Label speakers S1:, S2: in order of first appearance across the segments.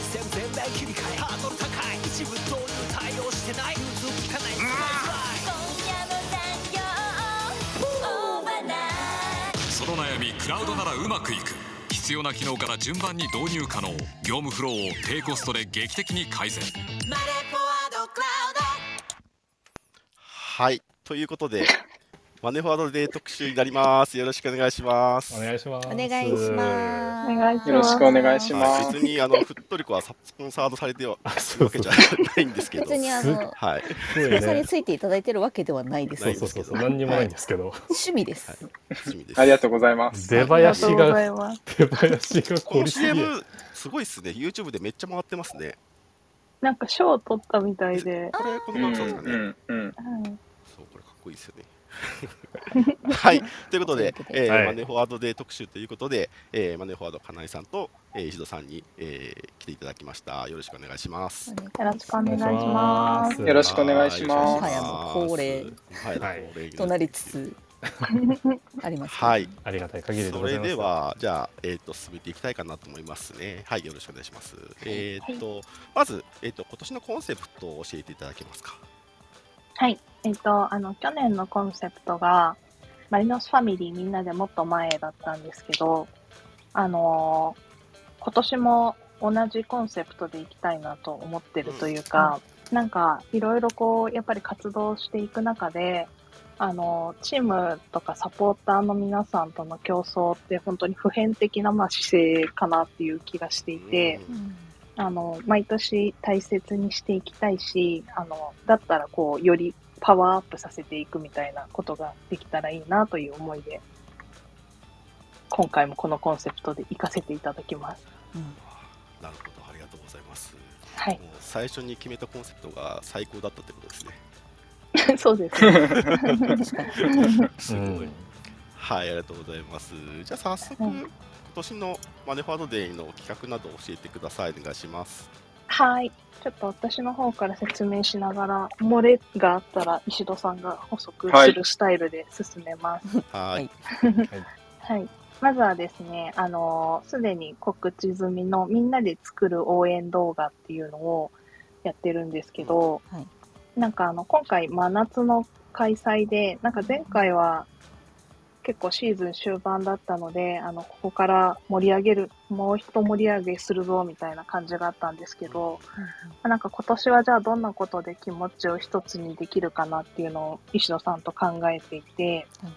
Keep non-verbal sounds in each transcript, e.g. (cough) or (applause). S1: い切り替えハードル高い一部導入対応してない融通きかないスライスライ
S2: その悩みクラウドならうまくいく必要な機能から順番に導入可能業務フローを低コストで劇的に改善
S3: はい。ということで、マネフォワードで特集になります。よろしくお願いします。
S4: お願いします。
S5: お願いします。
S6: お願いします
S7: よろしくお願いしま。
S3: はい、別にあのフットリコはサスポンサードされては
S4: あ
S3: い
S4: そ
S3: る
S4: う
S3: わけじ
S4: そう
S3: ゃないんですけど。
S5: 別にあの、
S3: はい。
S4: すごい
S5: スポンサー
S4: ね
S5: に。ついていただいてるわけではないです。
S4: そうそうそうそう。何にもないんですけど。
S5: 趣味です。
S3: はい趣味です
S7: ありがとうございます。
S4: 出
S6: ありがと
S4: 囃
S6: う
S4: 子
S6: ござい
S4: が、
S6: ます。
S4: 出囃子が
S3: こ
S4: 凝
S3: の
S4: りすぎる。
S3: CM すごいっすね。YouTube でめっちゃ回ってますね。
S6: なんか賞を取ったみたいで、
S3: これこ
S7: う
S3: のマ
S7: んう
S3: クさんですかね。
S7: んうん。
S6: うん
S3: そうこれかっこいいですよね。 (laughs) はい、ということで、
S5: と
S3: えー
S4: はい
S3: マネフォワードデー特集ということで、えーマネフォワード金井さんと、えー石戸さんに、えー来ていただきました。よろしくお願いします。
S6: よろしくお願いし
S4: お願いし
S6: ま
S4: ますす。
S7: よろしくお願いします
S3: はい
S5: もはやもう恒例
S3: もはやもう恒例
S5: となりつつあります、
S3: はい。
S4: ありがたい限りで
S3: そ
S4: ござい
S3: れ
S4: ます。
S3: では、じゃあ、えー、と進めていきたいかなと思いますね。はい、よろしくお願いします。えーとまず、えーと今年のコンセプトを教えていただけますか。
S6: はい。えっ、と、あの、去年のコンセプトが、マリノスファミリーみんなでもっと前だったんですけど、あのー今年も同じコンセプトでいきたいなと思ってるというか、なんか、いろいろこう、やっぱり活動していく中で、あのーチームとかサポーターの皆さんとの競争って本当に普遍的な、まあ、姿勢かなっていう気がしていて、
S5: うん
S6: あの、毎年大切にしていきたいし、あの、だったらこう、よりパワーアップさせていくみたいなことができたらいいなという思いで、今回もこのコンセプトで行かせていただきます。
S5: うん
S3: うんなるほど、ありがとうございます。
S6: はい。
S3: もう最初に決めたコンセプトが最高だったってことですね。
S6: (laughs) そうですね。
S5: 確かに
S3: す
S4: う
S3: ごい。
S4: ん。
S3: はい、ありがとうございます。じゃあ早速、
S6: はい
S3: 今年のマネファードデーの企画などを教えてください。お願いします。
S6: はい。ちょっと私の方から説明しながら、漏れがあったら石戸さんが補足するスタイルで進めます。
S3: はい。
S5: はい
S6: はい。まずはですね、あのすでに告知済みのみんなで作る応援動画っていうのをやってるんですけど、
S5: はい
S6: なんかあの、今回真夏の開催で、なんか前回は結構シーズン終盤だったので、あの、ここから盛り上げる、もう一盛り上げするぞみたいな感じがあったんですけど、なんか今年はじゃあどんなことで気持ちを一つにできるかなっていうのを石野さんと考えていて、
S5: はい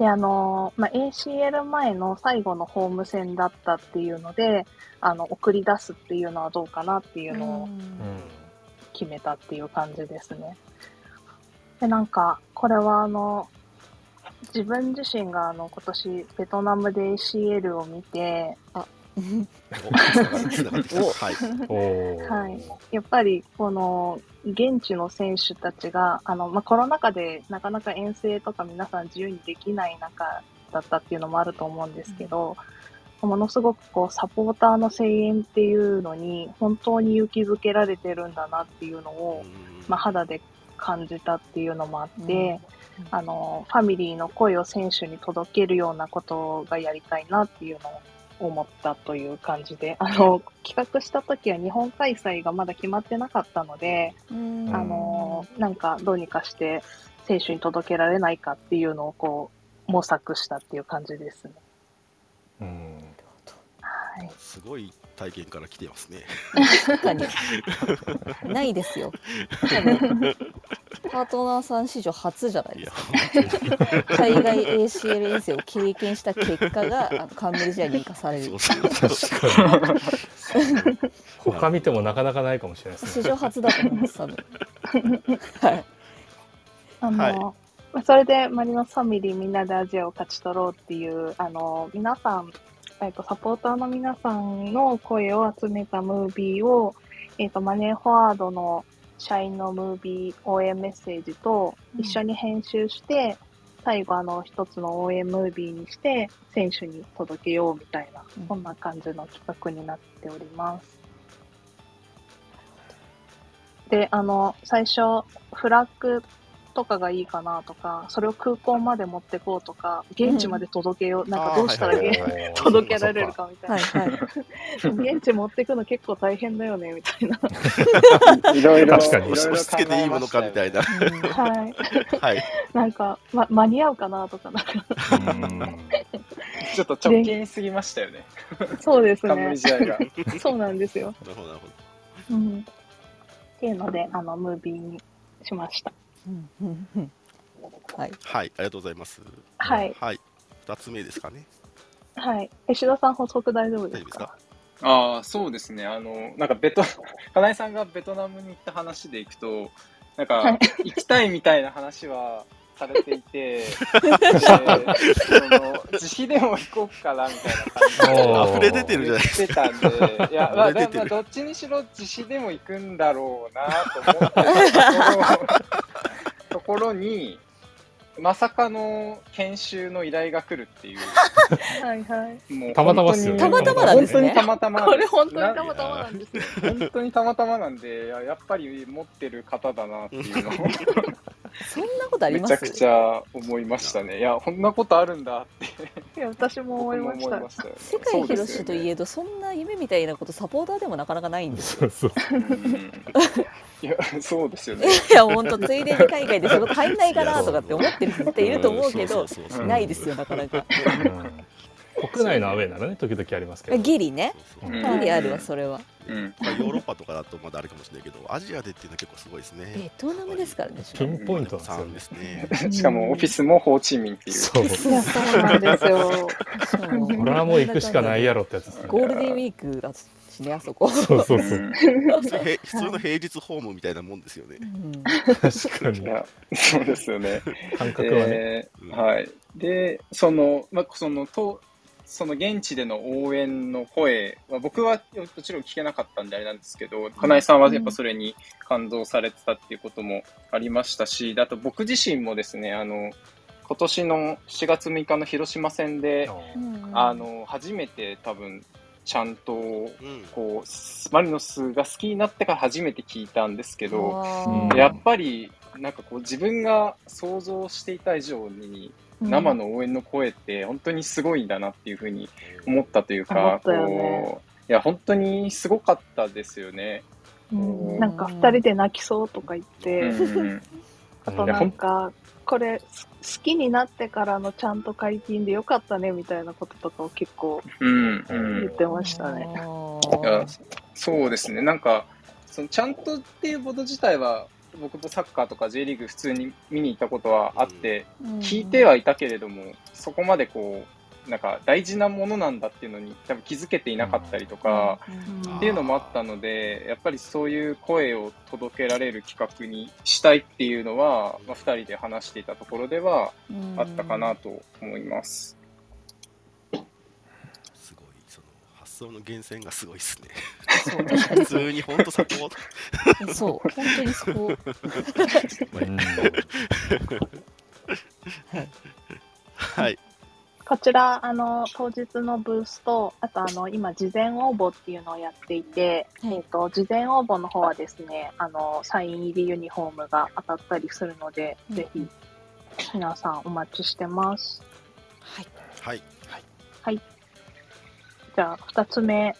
S6: で、あのーまあ、ACL 前の最後のホーム戦だったっていうので、あの、送り出すっていうのはどうかなっていうのを
S4: うん。
S6: 決めたっていう感じですね。で、なんか、これはあの、自分自身があの、今年ベトナムで ACL を見て、
S5: うん
S3: お繋がってきた
S5: お
S3: はい。
S4: おー
S6: はい、やっぱりこの現地の選手たちがあの、まあ、コロナ禍でなかなか遠征とか皆さん自由にできない中だったっていうのもあると思うんですけど、ものすごくこうサポーターの声援っていうのに本当に勇気づけられてるんだなっていうのを、まあ、肌で感じたっていうのもあって、
S5: うん
S6: あのファミリーの声を選手に届けるようなことがやりたいなっていうのを思ったという感じであの企画した時は日本開催がまだ決まってなかったので、
S5: うん
S6: あのなんかどうにかして選手に届けられないかっていうのをこう模索したっていう感じですね。
S4: うん。
S6: はい、
S3: すごい体験から来てますね。
S5: 確かにないですよ多分パートナーさん史上初じゃない
S3: い
S5: で
S3: や
S5: す、か海外 ACL 遠征を経験した結果があの冠試合に生かされる
S3: そうそうそう。
S4: 確かに。他見てもなかなかないかもしれないです
S5: 史
S4: ね。
S5: 上初だと思います多分はい
S6: あの、
S3: はい
S6: まあそれでマリノスファミリーみんなでアジアを勝ち取ろうっていう、あの、皆さん、えっと、サポーターの皆さんの声を集めたムービーを、えっと、マネーフォワードの社員のムービー応援メッセージと
S5: うん
S6: 一緒に編集して、最後あの一つの応援ムービーにして選手に届けようみたいな、
S5: うん
S6: そんな感じの企画になっております。で、あの、最初、フラッグとかがいいかなとか、それを空港まで持ってこうとか、現地まで届けよう、なんかどうしたら
S3: あーはいはい
S6: 現
S3: はい
S6: (laughs) 届けられるかみたいな
S5: はい。はい。
S6: 現地持ってくの結構大変だよねみたいな。
S7: いろいろ、
S4: 確かに
S7: いろいろ
S3: 押し付けていいものかみたいな。
S5: うん
S6: はい。
S3: はい。
S6: (laughs) なんか、ま、間に合うかなとか、なんか、
S4: そっかうん
S7: 考えましたよねちょっと直近すぎましたよね。
S6: そうですね
S7: 冠。試合が。
S6: そうなんですよ。
S3: なるほど、なるほど。
S6: うん。っていうので、あの、ムービーにしました。
S5: うんうんうんはい。
S3: はい、ありがとうございます。
S6: はい。
S3: はい。二つ目ですかね。
S6: はい。石田さん、補足大丈夫です
S3: 大丈
S6: か
S7: ああ、そうですね。あの、なんかベト、金井さんがベトナムに行った話でいくと、なん
S6: は
S7: か
S6: い、
S7: 行きたいみたいな話はされていて、でその、自費でも行こうかなみたいな感じで。
S4: おー
S3: 溢れ出てるじゃ
S7: 言
S3: ない
S7: ってたんで、
S4: (laughs)
S7: いや、まあ、
S3: 漏れ出
S7: でも
S3: て
S7: まあ
S3: る
S7: どっちにしろ自費でも行くんだろうなと思ってたところところに、まさかの研修の依頼が来るっていう、
S6: はいはい。
S7: もう
S4: たまたまっすよね
S5: たまたまなんですね
S7: 本当にたまたまなん
S6: こ
S7: です
S6: れ本当にたまたまなんですよ。
S7: 本当にたまたまなんで、いややっぱり持ってる方だなっていうのを
S5: そんなことあり
S7: め
S5: ま
S7: ち
S5: す
S7: ゃくちゃ思いましたね。いや、こんなことあるんだって
S6: いや、私も思
S7: 僕
S6: い
S7: も
S6: まし
S7: 思
S6: た
S7: い。ましたよね。
S5: 世界広しとい
S7: え
S5: えど、そんな夢みたいなことサポーターでもなかなかないんですよ。
S4: そうそう
S7: いや、そうですよね。
S5: いや本当ついでに海外で仕事入んないかなとかって思ってる人っていると思うけど
S3: ん、そうそう
S7: う
S3: そう
S7: うん
S5: ないですよなかなか。
S4: うん国内のアウェーならね時々ありますけど
S5: ギリね。
S3: そうそう
S7: うん
S5: ギリあるわそれは。
S7: うん
S3: まあ、ヨーロッパとかだとまだあるかもしれないけど、アジアでっていうのは結構すごいですね。
S5: ベトナムですからでし
S4: ピ
S5: ょ。
S4: ンポイントなん
S3: さん
S4: で
S3: ですすね。
S7: (laughs) しかもオフィスもホーチミンっていう。
S4: よねそ
S6: いや、そうなんですよ。
S5: そう
S4: これはもう行くしかないやろってやつですね
S5: ゴールデンウィークだしねあそこ。
S4: そうそうそう
S7: う
S3: へ
S7: ん
S3: 普通の平日ホームみたいなもんですよね
S5: う。ん
S4: 確かに
S7: いや、そうです
S4: (laughs)
S7: よね。
S4: 感覚はね
S7: えー
S3: うん
S7: はい。で、その、まあ、その、と、その現地での応援の声は、僕はもちろん聞けなかったんであれなんですけど、金井さんはやっぱそれに感動されてたっていうこともありましたし、あと僕自身もですね、あの、今年の7月6日の広島戦で、あの、初めて多分、ちゃんと、
S3: うん。
S7: こう、スマリノスが好きになってから初めて聞いたんですけど、
S5: あ
S4: うん
S5: ー
S7: やっぱりなんかこう自分が想像していた以上に
S5: うん
S7: 生の応援の声って本当にすごいんだなっていうふうに思ったという
S6: 思
S7: か
S6: っ、たよね
S7: こういや本当にすごかったですよね。
S6: うんなんか、二人で泣きそうとか言って、
S7: うん
S6: あとなんか、これ、す好きになってからのちゃんと解禁でよかったねみたいなこととかを結構
S7: うんうん
S6: 言ってましたね。
S5: あ
S7: いや
S5: ー
S7: そうですね、なんか、そのちゃんとっていうこと自体は、僕もサッカーとか J リーグ、普通に見に行ったことはあって、聞いてはいたけれども、そこまでこう、なんか大事なものなんだっていうのに、多分気づけていなかったりとか、
S3: ん
S7: っていうのもあったので、やっぱりそういう声を届けられる企画にしたいっていうのは、まあ、2人で話していたところではあったかなと思います。
S3: すごい、その発想の源泉がすごいですね。
S5: そう確か
S3: 普通に本当サポート。
S5: にそう本当にそこ
S4: うん
S3: はい。
S6: こちら、あの、当日のブースと、あと、あの、今、事前応募っていうのをやっていて、
S5: はい
S6: えっと、事前応募の方はですね、あの、サイン入りユニフォームが当たったりするので、
S5: うん
S6: ぜひ、皆さんお待ちしてます。
S5: はい
S3: はい。
S6: じゃあ、二つ目。
S3: はい。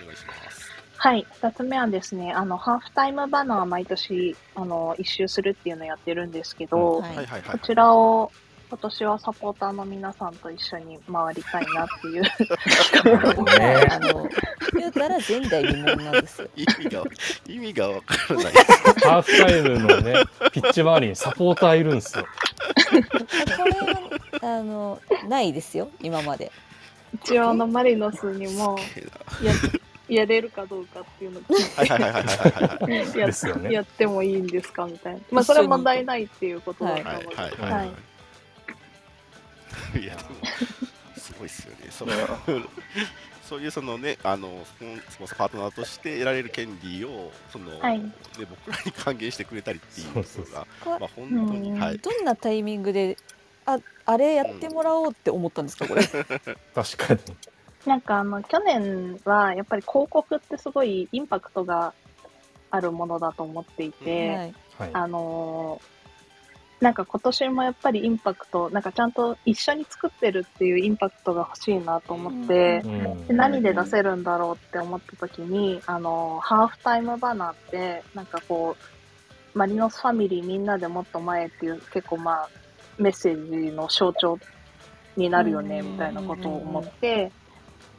S3: お願いします。
S6: はい、二つ目はですね、あの、ハーフタイムバナー毎年、あの、一周するっていうのをやってるんですけど、
S5: はい
S3: はいはいは
S6: こ
S3: い。
S6: ちらを、今年はサポーターの皆さんと一緒に回りたいなっていう。
S5: ここはあの言うたら前代未聞なんですよ
S3: 意味が、意味がわからない。
S4: ハーフタイムのねピッチ周りにサポーターいるんですよ
S5: これはあのないですよ今まで
S6: 一応、あの、マリノスにも、
S3: すげえな
S6: ややれるかどうかっていうの
S3: はいはいはいはいはいはいはい。
S7: うん
S6: や,、
S4: ですよね
S6: やってもいいんですかみたいな、まあ、それは問題ないっていうことだと思う
S3: はい
S6: ので、
S3: はい。
S4: はい
S3: いやでもすごいですよね。その
S7: いや
S3: そういうそのねあのスポンスポンサーパートナーとして得られる権利をその、
S6: はい
S3: ね僕らに還元してくれたりっていうのが
S4: そうそうそ
S5: こ
S3: まあ本当に、
S6: うん
S3: はい。
S5: どんなタイミングでああれやってもらおうって思ったんですかこれ
S4: 確かに
S6: なんかあの去年はやっぱり広告ってすごいインパクトがあるものだと思っていて、
S5: はい
S4: はい
S6: あのーなんか今年もやっぱりインパクト、なんかちゃんと一緒に作ってるっていうインパクトが欲しいなと思って、
S4: うん
S6: で何で出せるんだろうって思った時に、あの、ハーフタイムバナーって、なんかこう、マリノスファミリーみんなでもっと前っていう結構まあ、メッセージの象徴になるよね、
S5: うん
S6: みたいなことを思って、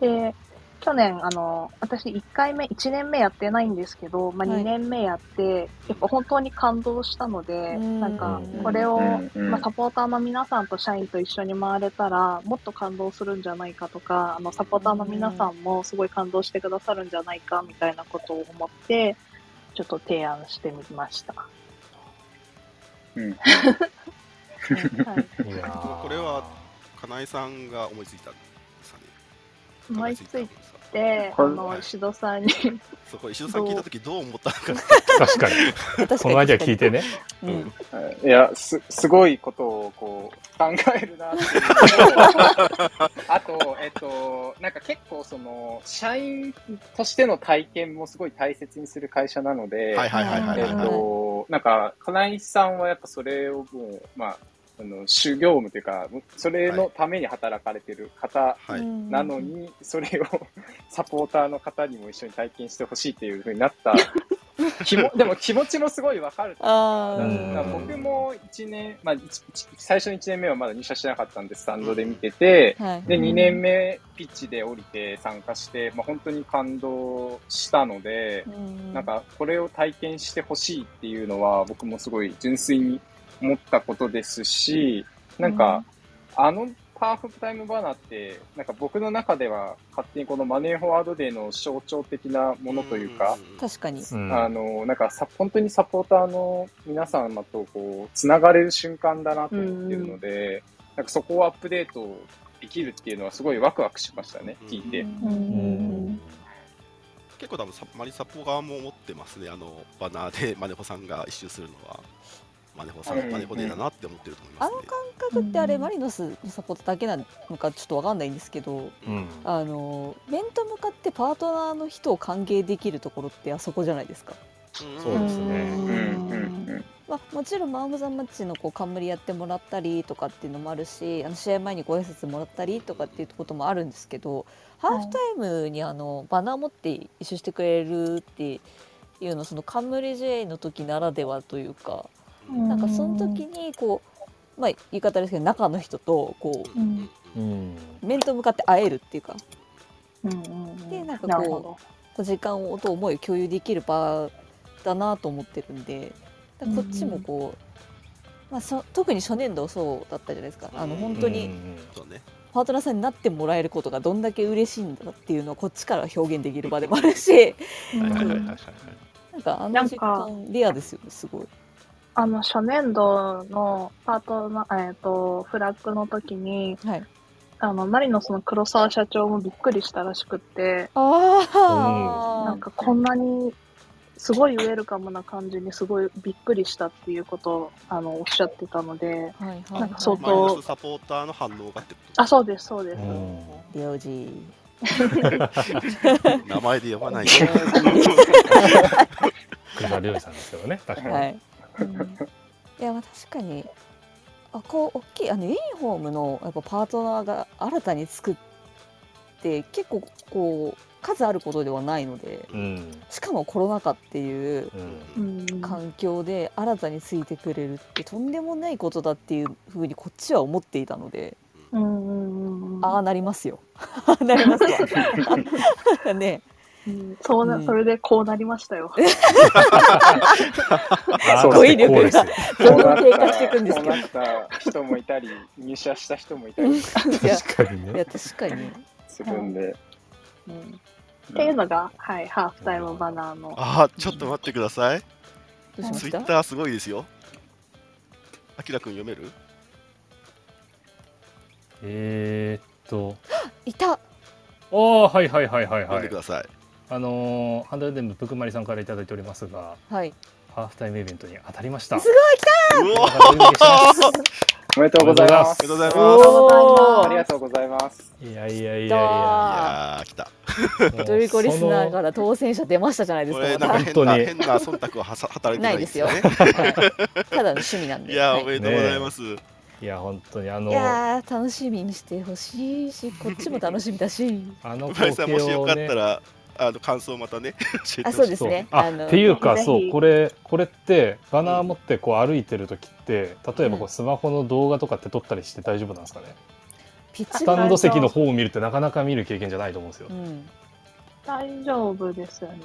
S6: で、去年、あの、私1回目、1年目やってないんですけど、まあ
S5: はい
S6: 2年目やって、やっぱ本当に感動したので、
S5: うん
S6: なんかこれを、
S7: うんうん
S6: まあ、サポーターの皆さんと社員と一緒に回れたらもっと感動するんじゃないかとかあのサポーターの皆さんもすごい感動してくださるんじゃないかみたいなことを思ってちょっと提案してみました。は
S7: うん
S6: い、
S4: いやー
S3: これは金井さんが思いついたんですかね
S6: 思いつい
S3: 考えたんですか
S6: てあ
S7: これ
S6: の石戸さんに
S3: そこ石戸さん聞いた時どう思ったのか
S4: 確かに。
S5: 確かに
S4: このアイデア聞いてね。
S5: うん
S3: うん
S7: いや、す、すごいことをこう、考えるなって
S3: (laughs)
S7: いうのとあと、えっと、なんか結構その、社員としての体験もすごい大切にする会社なので、
S3: はいはいはいはい
S7: え
S3: はい
S7: っ
S3: はい
S7: と、なんか、金井さんはやっぱそれをもう、まあ、あの、修行務というか、それのために働かれてる方
S3: はい
S7: なのに、それを (laughs) サポーターの方にも一緒に体験してほしいっていうふうになった、気も、でも気持ちもすごいわかるというか
S5: あ
S4: うん
S7: だ
S5: あ
S7: から僕も1年、まあ、一一最初の1年目はまだ入社してなかったんで、スタンドで見てて、
S5: はい
S7: で、2年目、ピッチで降りて参加して、まあ、本当に感動したので、なんか、これを体験してほしいっていうのは、僕もすごい純粋に思ったことですし、なんか、あのパーフェクトタイムバナーって、なんか僕の中では、勝手にこのマネーフォワードデーの象徴的なものというか、
S5: 確かに
S4: うん
S7: あの、なんかさ、本当にサポーターの皆様とこう、つながれる瞬間だなと思ってるので、なんかそこをアップデートできるっていうのはすごいワクワクしましたね、
S3: うん
S7: 聞いて。
S4: うん
S3: 結構多分サマリサポ側も思ってますねあのバナーでマネホさんが一周するのはマネホさん、
S7: うん
S3: マネホデーだなって思ってると思い
S5: あ
S3: ます
S5: の
S3: ね
S5: 感覚ってあれ
S6: うん
S5: マリノスのサポートだけなのかちょっとわかんないんですけど
S4: うん
S5: あの面と向かってパートナーの人を歓迎できるところってあそこじゃないですか、
S3: うん
S4: そうですね
S7: うんうん
S5: まあ、もちろんマーム・ザ・マッチのこう冠やってもらったりとかっていうのもあるしあの試合前にご挨拶もらったりとかっていうこともあるんですけどハーフタイムにあのバナー持って一緒してくれるっていうのその冠 J の時ならではというか
S6: うん
S5: なんかその時にこう、まあ、言い方ですけど中の人とこう
S3: うんうん
S4: うん。
S5: 面と向かって会えるっていうか
S6: うんうんうん
S5: でなんかこう
S6: なるほど
S5: こう時間をと思いを共有できる場だなと思ってるんでだからこっちもこう、まあ、そ特に初年度そうだったじゃないですかあの
S3: うん
S5: 本当
S4: う
S5: に
S4: ん
S3: そうね
S5: パートナーさんになってもらえることがどんだけ嬉しいんだっていうのをこっちから表現できる場でもあるし (laughs)
S3: はいはいはいはいはい
S5: なんかあ
S6: な
S5: の
S6: ん
S5: 時
S6: か
S5: 間レアですよねすごい。
S6: あの、初年度のパートナー、えっ、と、フラッグの時に、
S5: はい、
S6: あの、マリノスの黒沢社長もびっくりしたらしくって、
S5: あ
S4: あ
S6: なん
S5: あ、
S6: かこんなに、すごいウェルカムな感じにすごいびっくりしたっていうことを、あの、おっしゃってたので、
S5: はいはい、
S6: なんか相
S3: マリノ
S6: 当
S3: スサポーターの反応がってこと
S6: あ、そうです、そうです。
S4: うん
S5: リオジー
S3: 名前で呼ばないで
S4: 栗原良さんですけどね。確かに。
S5: はい。いやまあ確かにあこう大きいあのユニフォームのやっぱパートナーが新たに作って結構こう数あることではないので
S4: うん。
S5: しかもコロナ禍っていう
S4: うん。
S6: うん。
S5: 環境で新たについてくれるってとんでもないことだっていうふうにこっちは思っていたので
S6: うんうんうんうん
S5: ああなりますよああなりますわね
S6: うんそうな、
S5: うん
S6: それでこうなりましたよ。
S4: あ
S5: 語彙力が
S4: ですよ
S5: どんどん低下していくんですけ
S7: こうなった人もいたり、入社した人もいたり
S5: どいや
S4: 確かに
S5: いや
S4: ね。
S5: 確かに、
S7: するんで。
S5: うん、
S6: っていうのが、はい、ハーフタイムバナーの。
S3: あーちょっと待ってください
S5: どうしま
S3: ツイ
S5: した
S3: ッターすごいですよあきらくん読める
S4: えーっと。
S5: いた
S4: ああはいはいはいはい
S3: 読ん
S4: は
S3: で
S4: い
S3: く。ださい
S4: あのーハンドルネームぷくまりさんからいただいておりますが、
S5: はい
S4: ハーフタイムイベントに当たりました。
S5: すごい
S3: お
S4: おめでとうございます
S7: おめでとうございます。
S3: りがとうござい
S5: お
S3: ま。
S5: めですとうございます
S7: ありがとうございます。
S4: いやいやいやい
S5: い
S4: や。
S5: や
S3: いやー、来た。
S4: もう
S5: ドリコリスナー
S4: その
S5: から当選者出ましたじゃないです
S3: こ
S5: か
S3: れ、なん
S5: ま
S3: か
S5: た
S3: 変な、
S4: 本当に
S3: 変な忖度ははさ働いてないですよね。
S5: (laughs) ただの趣味なんで
S3: いや
S5: は
S3: ー、おめでとうございます。
S4: いや本当にあ
S5: い
S4: の
S5: やー楽しみにしてほしいしこっちも楽しみだし
S4: あの
S3: 馬井
S4: 光
S3: さん、
S4: 景
S3: もしよ
S4: を
S3: かった
S4: ね。
S3: ら、あの感想をまたね、 (laughs) 教えてほ
S5: あ
S3: しい
S5: そうですね
S4: そうあ
S5: あの
S4: っていうか
S6: ぜひ
S4: そうこれこれってバナー持ってこう歩いてる時って例えばこ
S5: うん
S4: うスマホの動画とかって撮ったりして大丈夫なんですかね、
S5: ピッ
S4: ス
S5: チ
S4: タン
S5: が
S4: ド席の方を見るってなかなか見る経験じゃないと思うんですよ、
S5: うん
S6: 大丈夫ですよね。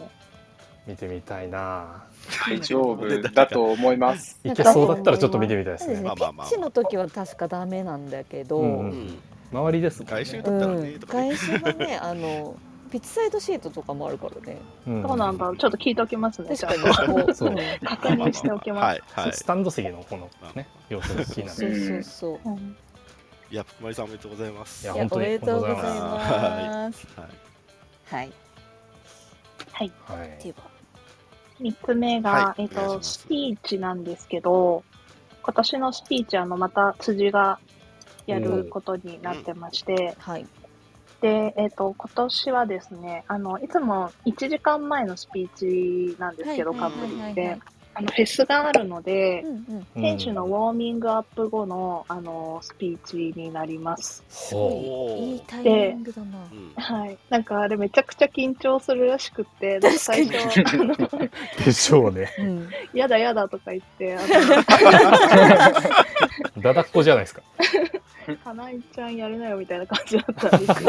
S4: 見てみたいな
S7: 大丈夫だと思います。
S4: ぁいけそうだったらちょっと見てみたいで
S5: そ
S4: す
S5: うです
S4: ね
S5: ね
S3: まあ
S5: ピ
S3: まあまあ
S5: ッチの時は確かダメなんだけど、
S4: う
S5: うん
S4: ん周りですもんね
S3: 外周だ
S5: う
S3: ったらね、
S5: ん
S3: とかね。
S5: 外周はねあのピッチサイドシートとかもあるからね
S4: うん
S6: どうなんだろう。ちょっと聞いておきますね。
S5: 確かに
S6: じゃ
S5: こう
S4: そう
S5: うん
S6: あ確認しておきます。
S3: はい、はい
S4: ス。タンド席のこのね様子が気にな
S5: そ
S4: る
S5: うそうそう
S6: うん
S3: いや、福丸さん、おめでとうございます。
S4: いや
S5: いや
S4: 本
S5: お
S4: 当に
S5: めでとうござい
S3: は
S5: ます
S3: はい
S5: はい
S4: は
S5: ってい
S4: いう
S5: か
S6: 三つ目が、
S3: はい
S6: えっ
S3: お願いし
S6: と、
S3: ます
S6: スピーチなんですけど、今年のスピーチ、あの、また辻がやることになってまして、
S5: はい
S6: で、えっと、今年はですね、あの、いつも1時間前のスピーチなんですけど、
S5: はいは
S6: カ
S5: いはいはい
S6: ンブリって、あの、フェスがあるので
S5: う、んうん
S6: 選手のウォーミングアップ後の、あの、スピーチになります。 (laughs)
S5: すごい
S3: おー
S5: いいタイミングだな
S3: うん
S6: はい。なんか、あれめちゃくちゃ緊張するらしくって、なんか
S5: 確か
S6: 最
S5: に
S6: 初、あの、
S4: でしょう (laughs) ね
S5: うん
S6: やだやだとか言って、あ
S4: だだっこじゃないですか
S6: の、花井ちゃんやるなよみたいな感じだったんですけ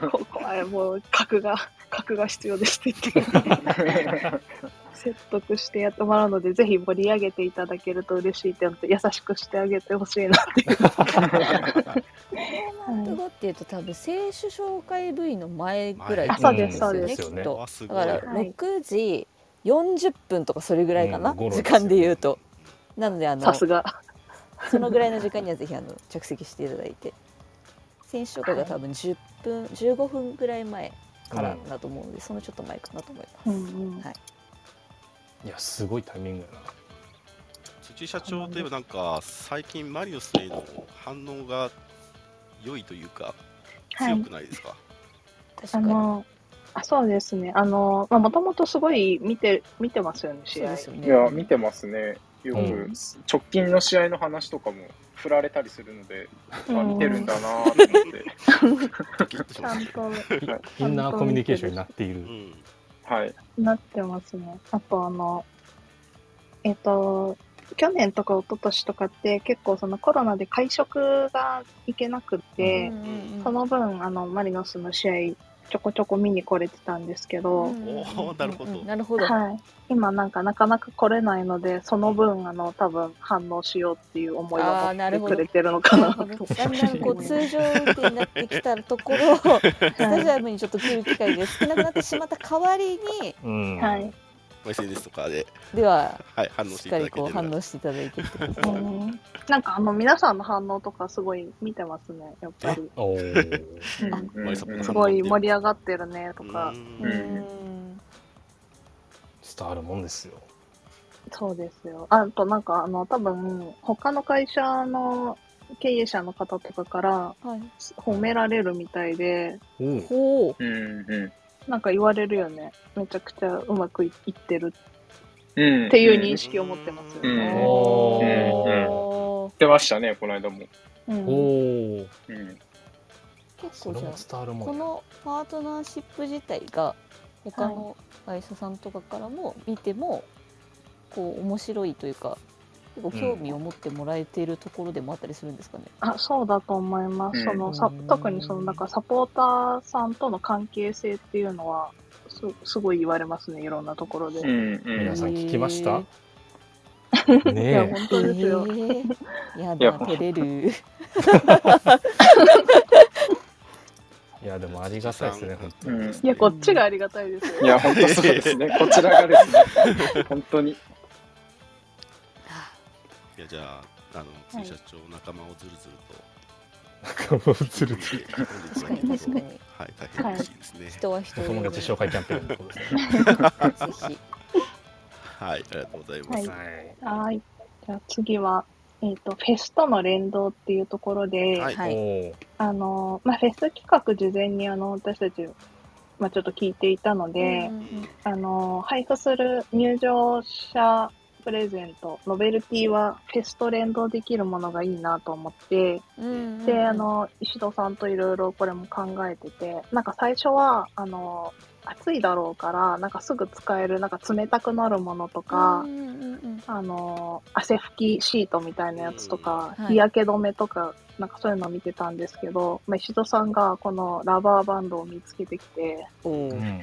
S6: ど、こ怖い、もう、格が、格が必要ですって言って、 (laughs) 説得してやってもらうので、ぜひ盛り上げていただけると嬉しい点と、優しくしてあげてほしい
S7: (laughs)
S6: なっていう。
S5: ウォーミング後っていうと多分選手紹介部位の前ぐらい
S6: あそうですそうです
S5: きっと
S3: あ、す
S5: だ
S3: ご
S5: か
S3: い。
S5: ら
S6: はい
S5: 6時40分とかそれぐらいかな、
S4: うんゴロです
S5: 時
S4: よね
S5: 間で言うとなのであの
S6: さす
S5: そ
S6: が。
S5: のぐらいの時間にはぜひあの着席していただいて選手とかが多分10分15分ぐらい前からだと思うので、そのちょっと前かなと思います、
S6: うんうん
S5: はい
S4: いやすごいタイミングやな
S3: 土井社長といえば、なんか、最近マリオスへの反応が良いというか、
S6: はい
S3: 強くないですか。
S5: 確か
S6: あ
S5: にそ
S6: の、あそうですね。あの、まあ、もともとすごい見て、見てますよね、
S5: う
S6: 試合
S5: で。すよ
S7: いや、
S5: ね
S7: 見てますね。よ
S4: う
S7: く直近の試合の話とかも振られたりするので、
S6: うん
S7: あ見てるんだなーと思って。
S3: ドキッとし
S6: ち
S3: ま
S6: ゃん
S3: す
S4: (laughs)
S6: と
S4: インナーコミュニケーションになっていうる
S3: ん
S7: はい。
S6: なってますね。あと、あの、えっ、と、去年とか一昨年とかって結構そのコロナで会食が行けなく
S5: うん
S6: て、
S5: うんうん
S6: その分、あの、マリノスの試合ちょこちょこ見に来れてたんですけど、
S5: うんうんうん
S3: おーなるほど
S5: うんなるほど、
S6: はい。今なんかなかなか来れないので、その分、あの、多分反応しようっていう思い
S5: あ
S6: は
S5: ーな
S6: 持
S5: る
S6: っ
S5: ほ
S6: て
S5: ど
S6: くれてるのかな
S5: なるほど
S6: と
S5: (laughs) だんだんこう通常運転になってきたところスタジアムにちょっと来る機会が少なくなってしまった代わりに
S4: うん
S6: はい。
S3: まあ SNS とかで、
S5: では
S3: はい、反応し
S5: してっ
S3: いただ
S5: かり
S3: けて
S5: こう
S3: るなら
S5: 反応していただいてってこと
S6: う
S5: で
S6: んなんかあの皆さんの反応とかすごい見てますね、やっぱり。
S4: お (laughs) ー
S6: うん
S7: うん
S3: マリサポさん
S6: すごい盛り上がってるねとか
S3: う、ん
S7: う
S5: う
S7: ん
S5: ん
S4: 伝わるもんですよ
S6: そうですよ。あとなんかあの多分他の会社の経営者の方とかから
S5: はい
S6: 褒められるみたいで、
S4: おー
S5: ほう
S7: うんう
S6: なんか言われるよね。めちゃくちゃうまくいってる
S7: ん。うん。
S6: っていう認識を持ってますよ
S7: う
S6: ね。
S7: ん
S4: お
S5: ー
S7: 言ってましたね、この間も。
S6: うん
S4: おお
S7: うん。
S5: 結
S4: そ
S5: 構
S4: れ
S5: じゃ
S4: も
S5: あ
S4: 伝わるもん
S5: こ
S4: や
S5: のパートナーシップ自体が他の会社さんとかからも見てもこう面白いというか結構興味を持ってもらえているところでもあったりするんですかね。
S6: あそうだと思います、
S7: うん
S6: そのさ
S5: うん
S6: 特にそのなんかサポーターさんとの関係性っていうのはすすごい言われますねいろんなところで、
S7: うんうん
S4: 皆。さん聞きまし
S5: へ
S4: た
S5: ー
S6: いや
S4: ね
S6: 本当ですよ、
S5: えーや
S7: いや
S5: だ照れる。
S4: えいやでもありがたいですね本当に
S7: うん
S6: いやこっちがありがたいですよ
S7: いや、本当そうです
S4: (laughs)
S7: ね。こちらがですね。本当に。
S3: いやじゃあ、あの、辻社長、仲間をずるずると。
S4: なん (laughs) かもうずるずる
S5: 確かに確かに
S3: はい、大変嬉しいですね。
S5: 人は人を呼ぶ
S4: 友達紹介キャンペーンのことですね
S5: ぜひ
S3: はい、ありがとうございます。
S6: はい
S4: はい
S6: はいじゃあ次はえっ、と、フェスとの連動っていうところで、
S3: はい
S5: は
S4: お
S5: い
S4: ー
S6: あの、まあ、フェス企画事前にあの、私たち、まあ、ちょっと聞いていたので、あの、配布する入場者プレゼント、ノベルティはフェスと連動できるものがいいなと思って、で、あの、石戸さんといろいろこれも考えてて、なんか最初は、あの、暑いだろうから、なんかすぐ使える、なんか冷たくなるものとか、あの、汗拭きシートみたいなやつとか、
S5: うんはい
S6: 日焼け止めとか、なんかそういうのを見てたんですけど、まあ、石戸さんがこのラバーバンドを見つけてきて、
S4: うん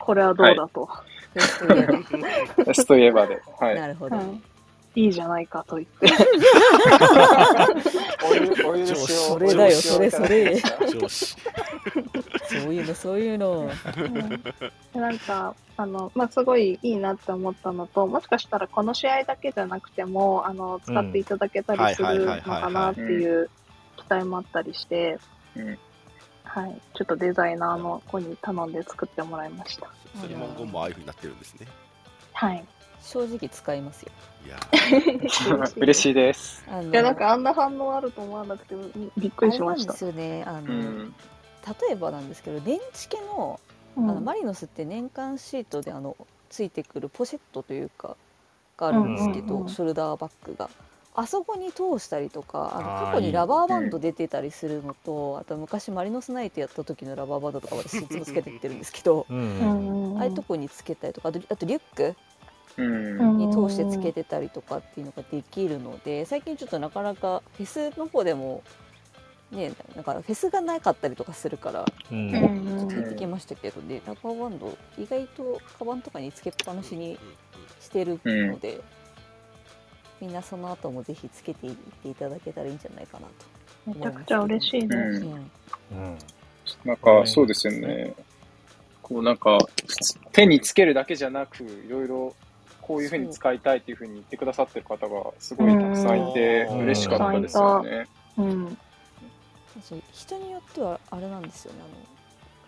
S6: これはどうだと。
S7: フェスといえばで。はい。
S5: なるほ
S6: う
S5: ど。
S6: んいいじゃないかと言って。
S7: おゆお
S3: 上
S7: 許しを
S3: 司
S5: それだよ
S7: お許しをいたきました
S3: 上司。
S5: そういうのそういうの。
S6: (laughs) うんなんかあの、まあ、すごいいいなって思ったのともしかしたらこの試合だけじゃなくてもあの使っていただけた
S3: うんは
S6: り
S3: い
S6: するのかなっていう期待もあったりして、
S7: うん
S6: はい、ちょっとデザイナーの子に頼んで作ってもらいました。
S3: それ文言もああいう風になってるんですね。
S6: はい、
S5: 正直使いますよ。
S3: いや
S7: (laughs) 嬉しいです。
S5: あの
S6: いやなんかあんな反応あると思わなくてびっ
S5: あ
S6: くり
S5: れ
S6: し
S5: な
S6: ま
S5: んで
S6: した。
S5: すよね。あの、
S7: うん。
S5: 例えばなんですけど、電池系の
S6: うん
S5: あのマリノスって年間シートであのついてくるポシェットというかがあるんですけど、
S6: うんうんうん
S5: ショルダーバッグがあそこに通したりとかあの
S4: あー
S5: 過去
S4: い
S5: に
S4: い
S5: ラバーバンド出てたりするのとあと昔マリノスナイトやった時のラバーバンドとか私いつもつけてってるんですけど
S4: う
S6: うんん
S5: ああいうとこにつけたりとかあとあとリュック
S7: うん。
S5: に通してつけてたりとかっていうのができるので最近ちょっとなかなかフェスの方でもねだからフェスがなかったりとかするから
S4: う
S6: うんんうん
S5: 聞いてきましたけどね、ラバーバンド意外とカバンとかにつけっぱなしにしてるので、みんなその後もぜひつけていっていただけたらいいんじゃないかなと。
S6: めちゃくちゃ嬉しいで
S7: う
S6: す。
S7: ん
S4: うん
S7: なんか、そうですよね。こう、なんか、手につけるだけじゃなく、いろいろ、こういうふうに使いたいっていうふうに言ってくださってる方がすごいたくさんいて、
S4: うん
S7: 嬉しかったですよね。
S6: うん
S5: そう人によってはあれなんですよねあの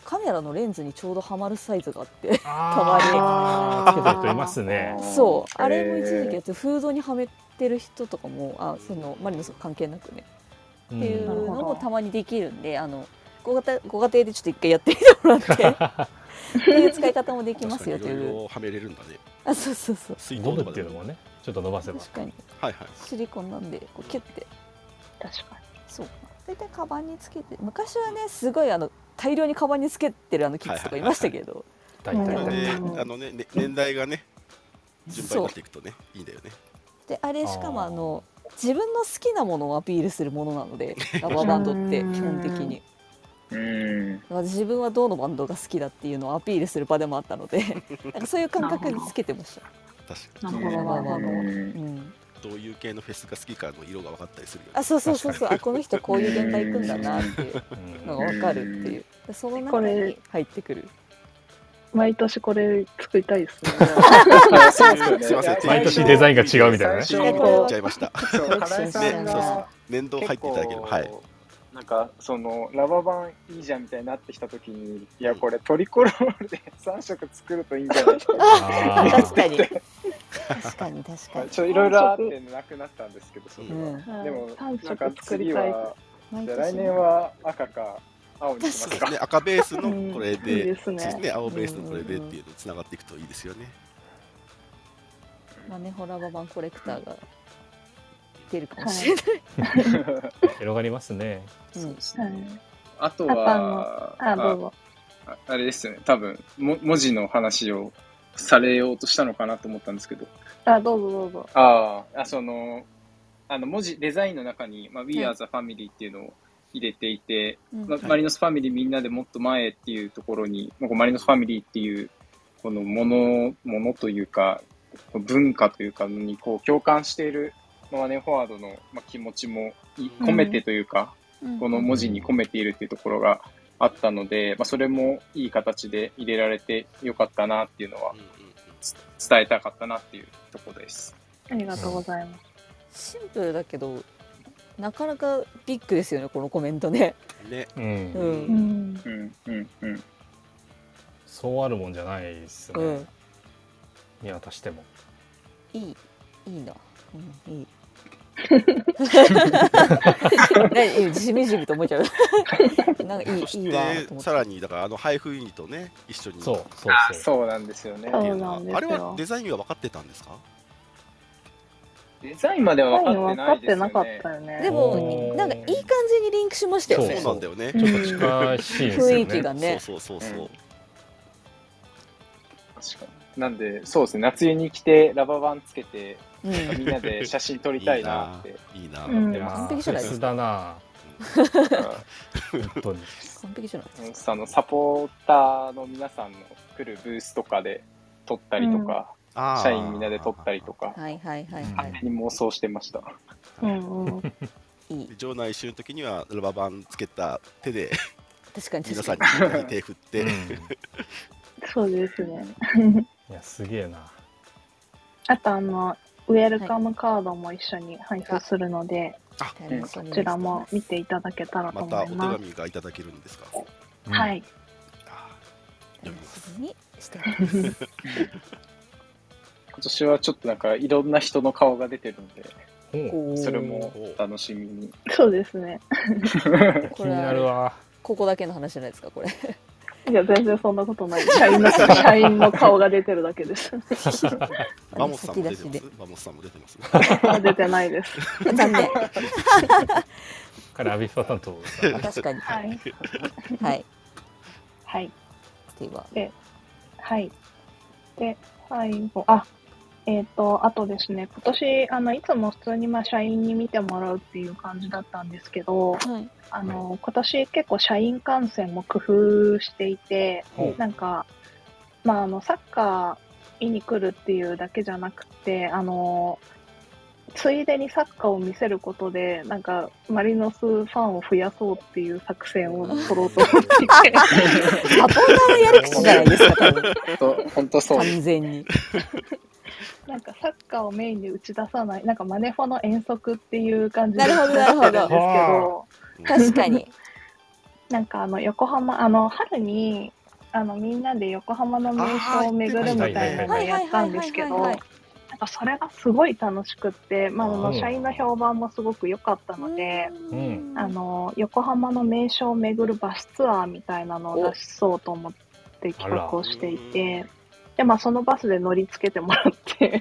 S5: カメラのレンズにちょうどはまるサイズがあって
S4: あーつけてる人いますね。
S5: そうあれも
S7: へー
S5: 一時期やってフードにはめてる人とかもあそのマリノス関係なくね
S4: う
S5: っていうの
S4: ん
S5: もたまにできるんであのご家ご家庭でちょっと一回やってみてもらってっていう使い方もできますよと
S3: 確かにろ
S5: いう
S3: ろはめれるんだね。
S5: あそうそうそう
S3: 水
S4: ゴ
S3: 筒
S4: ム
S3: と
S4: っ
S3: か
S4: てい
S3: で
S4: うの
S3: も。
S4: もねちょっと伸ばせば
S5: 確かに
S3: はいはい。
S5: シリコンなんでこうキュッて
S6: 確か
S5: そう大体カバンにつけて昔はねすごいあの大量にカバンにつけてるあのキッズとかいましたけど
S4: 大体
S3: で
S4: 大
S3: も
S4: 体
S3: ね
S6: う、ん
S3: あのねね年代がね順番に
S5: そう
S3: なっていくとねいいんだよね。
S5: であれしかも
S4: あー
S5: あの自分の好きなものをアピールするものなのでラバーバンドって基本的に
S7: うん。
S5: 自分はどのバンドが好きだっていうのをアピールする場でもあったの (laughs) でなんかそういう感覚につけてました。
S3: 確
S6: な
S3: か
S6: る
S3: に
S6: ほ。ど
S5: まあまあまあ
S7: (laughs) うん
S5: うん
S3: どういう系のフェスが好きかの色が分かったりするよね。
S5: あそうそうそうそうあこの人こういう現場行くんだなっていう
S4: うん
S5: のが分かるっていうでその中に入ってくる
S6: に。毎年これ作りたいですね。
S7: そうですよね
S3: すいません
S4: 毎年デザインが違うみたいなね
S5: いやこれ
S7: 最初
S5: は
S3: 言っちゃいました。
S7: そう、金井さん
S5: ねそうそう
S7: が
S3: 年度入って
S7: 結
S3: いただければ。
S7: 構、
S3: はい。
S7: なんかそのラバーバンいいじゃんみたいになってきたときに、いや、これトリコロールで3色作るといいんじゃないか
S4: あー
S5: 確かに確かに確かに
S7: ちょっといろいろあってなくなったんですけど、それ
S5: う
S7: は。
S5: ん
S7: でも、
S6: 三
S7: なんか
S6: 色作り
S7: 次
S6: たい。
S7: は、
S5: 毎
S7: じゃあ
S5: 年
S7: 来年は赤か青にし
S3: そう
S7: ます
S3: です
S7: か。
S3: ね。赤ベース
S6: うん
S3: のこれ
S6: いい
S3: で、
S6: で
S3: そ
S6: す
S3: う
S6: ね
S3: ですね。青ベースのこれでっていうのつながっていくといいですよね。
S5: マネホラババンコレクターが出るかもしれない、
S4: 広がりますね。
S5: うん
S6: はい
S7: あと
S6: は
S7: は、
S6: あ、どうぞ。
S7: ああれですよね、多分も文字の話をされようとしたのかなと思ったんですけど、
S6: あ、どうぞどうぞ。
S7: あーあ、その、あの文字、デザインの中に、まあ、We
S5: は
S7: Are
S5: い
S7: the Family っていうのを入れていて、
S5: うん
S7: まあマリノスファミリーみんなでもっと前っていうところに、まあこうマリノスファミリーっていう、このもの、ものというか、こう文化というかにこう共感している、まあマネーフォワードの、まあ、気持ちもい込めてというか、この文字に込めているっていうところがあったので、まあ、それもいい形で入れられてよかったなっていうのは
S3: うんうんうん
S7: つ伝えたかったなっていうところです。
S6: ありがとうございま
S5: シ
S6: す。
S5: ンプルだけどなかなかビッグですよねこのコメントね
S3: ね。
S4: う、
S5: うんん、
S6: うん。
S7: うんうんうん。
S4: そうあるもんじゃないです
S5: う
S4: ね
S5: ん。
S4: 見渡しても。
S3: (laughs)
S5: いいいいな、うん、いいねじみじみと思っちゃう。
S3: (laughs)
S5: なんかい
S3: そ
S5: いい
S3: し
S5: いわと
S3: て
S5: 思って
S3: さ。らにだからあの配布ユニとね一緒に
S4: そうそうそう
S7: そうなんですよね。
S3: って
S6: そ
S3: いうう
S6: なん
S3: の
S6: です
S3: は
S6: よ
S3: あれはデザインは分かってたんですか
S7: デザインまでは分
S6: 分か
S7: か
S6: っ
S7: ってて
S6: な
S7: な
S6: かっ
S7: いです
S6: た
S7: よね。
S6: よ
S5: で
S6: ね。
S5: も
S4: おー
S5: なんかいい感じにリンクしましたよ
S3: そう
S5: ね。
S3: なんだよね
S6: うん
S4: ちょっと近しいです
S5: 雰
S4: よ
S5: 囲気
S4: ね。
S5: がね。
S3: そうそうそうそう
S7: 確かになんで、そうですね、夏湯に着て、ラバーバンつけて、
S5: うん
S7: みんな (laughs) で写真撮りたいなって。
S3: いいな
S6: うん
S4: いやー
S5: 完璧じゃないで
S4: フェ
S5: す
S4: スだな。本当に。
S5: 完璧じゃないですか。
S7: そのサポーターの皆さんの来るブースとかで撮ったりとか、
S3: あー
S7: 社員みんなで撮ったりとか、
S5: はいはいはい (laughs) は
S7: 勝手に妄想してました。
S6: うんうん。
S5: い。いい
S3: で場内一周の時にはラバーバンつけた手で
S5: 確かに
S3: 皆
S5: 確
S3: さ
S5: か
S3: ん
S5: に。
S3: に手振っ
S4: うん、
S3: て
S6: そうですね。
S4: いやすげえな。
S6: あとあの、ウェルカムカードも一緒に配布するので、そちらも見ていただけたら
S3: ま
S6: と思
S3: たお手
S6: います。
S3: 紙がいただけるんですか
S4: うん
S6: は。い。
S3: あ読み
S5: 楽
S3: ます
S5: しみにしてます。
S7: 今年はちょっとなんかいろんな人の顔が出てるんで、
S4: ほう
S7: それも楽しみに。
S6: そうですね。
S5: こ
S4: 気
S5: れ
S4: になる
S5: は
S4: わ。
S5: ここだけの話じゃないですかこれ。
S6: いや、全然そんなことない。社
S5: (laughs)
S6: 員の、社員の顔が出てるだけです。
S3: バモスさんも出てま
S5: 先出し
S3: すバモスさんも出てます
S6: あ出てないです。。
S5: で。残念。
S4: 彼アビスパ担当だから。
S5: 確かに。はいい。
S6: はい。
S5: では。
S6: はい。で、最後、あ、えっ、と、あとですね、今年、あの、いつも普通に、まあ、社員に見てもらうっていう感じだったんですけど、
S5: はい。
S6: あの、今年結構社員感染も工夫していて
S4: ほう、
S6: なんか、まあ、あの、サッカー見に来るっていうだけじゃなくて、あの、ついでにサッカーを見せることで、なんか、マリノスファンを増やそうっていう作戦を取ろうと思ってい
S5: (laughs)
S6: て、
S5: サポーターのやり口じゃないですか多分
S7: と本当そう
S5: 完全に。
S6: なんかサッカーをメインで打ち出さない、なんかマネフォの遠足っていう感じで
S5: なるほどなるほど
S6: 出してんで
S5: 確
S6: すけど、
S5: かに。
S6: なんかあの横浜、あの春にあのみんなで横浜の名所を巡るみたいなのをやったんですけ
S5: は
S6: ど、ない
S5: はいはいはいはい
S6: んかそれがすごい楽しくって、まあ、あ
S4: う
S6: の
S4: ん
S6: 社員の評判もすごく良かったので、
S4: うん
S6: あの横浜の名所を巡るバスツアーみたいなのを出しそうと思って企画をしていて、でまあ、そのバスで乗りつけてもらって。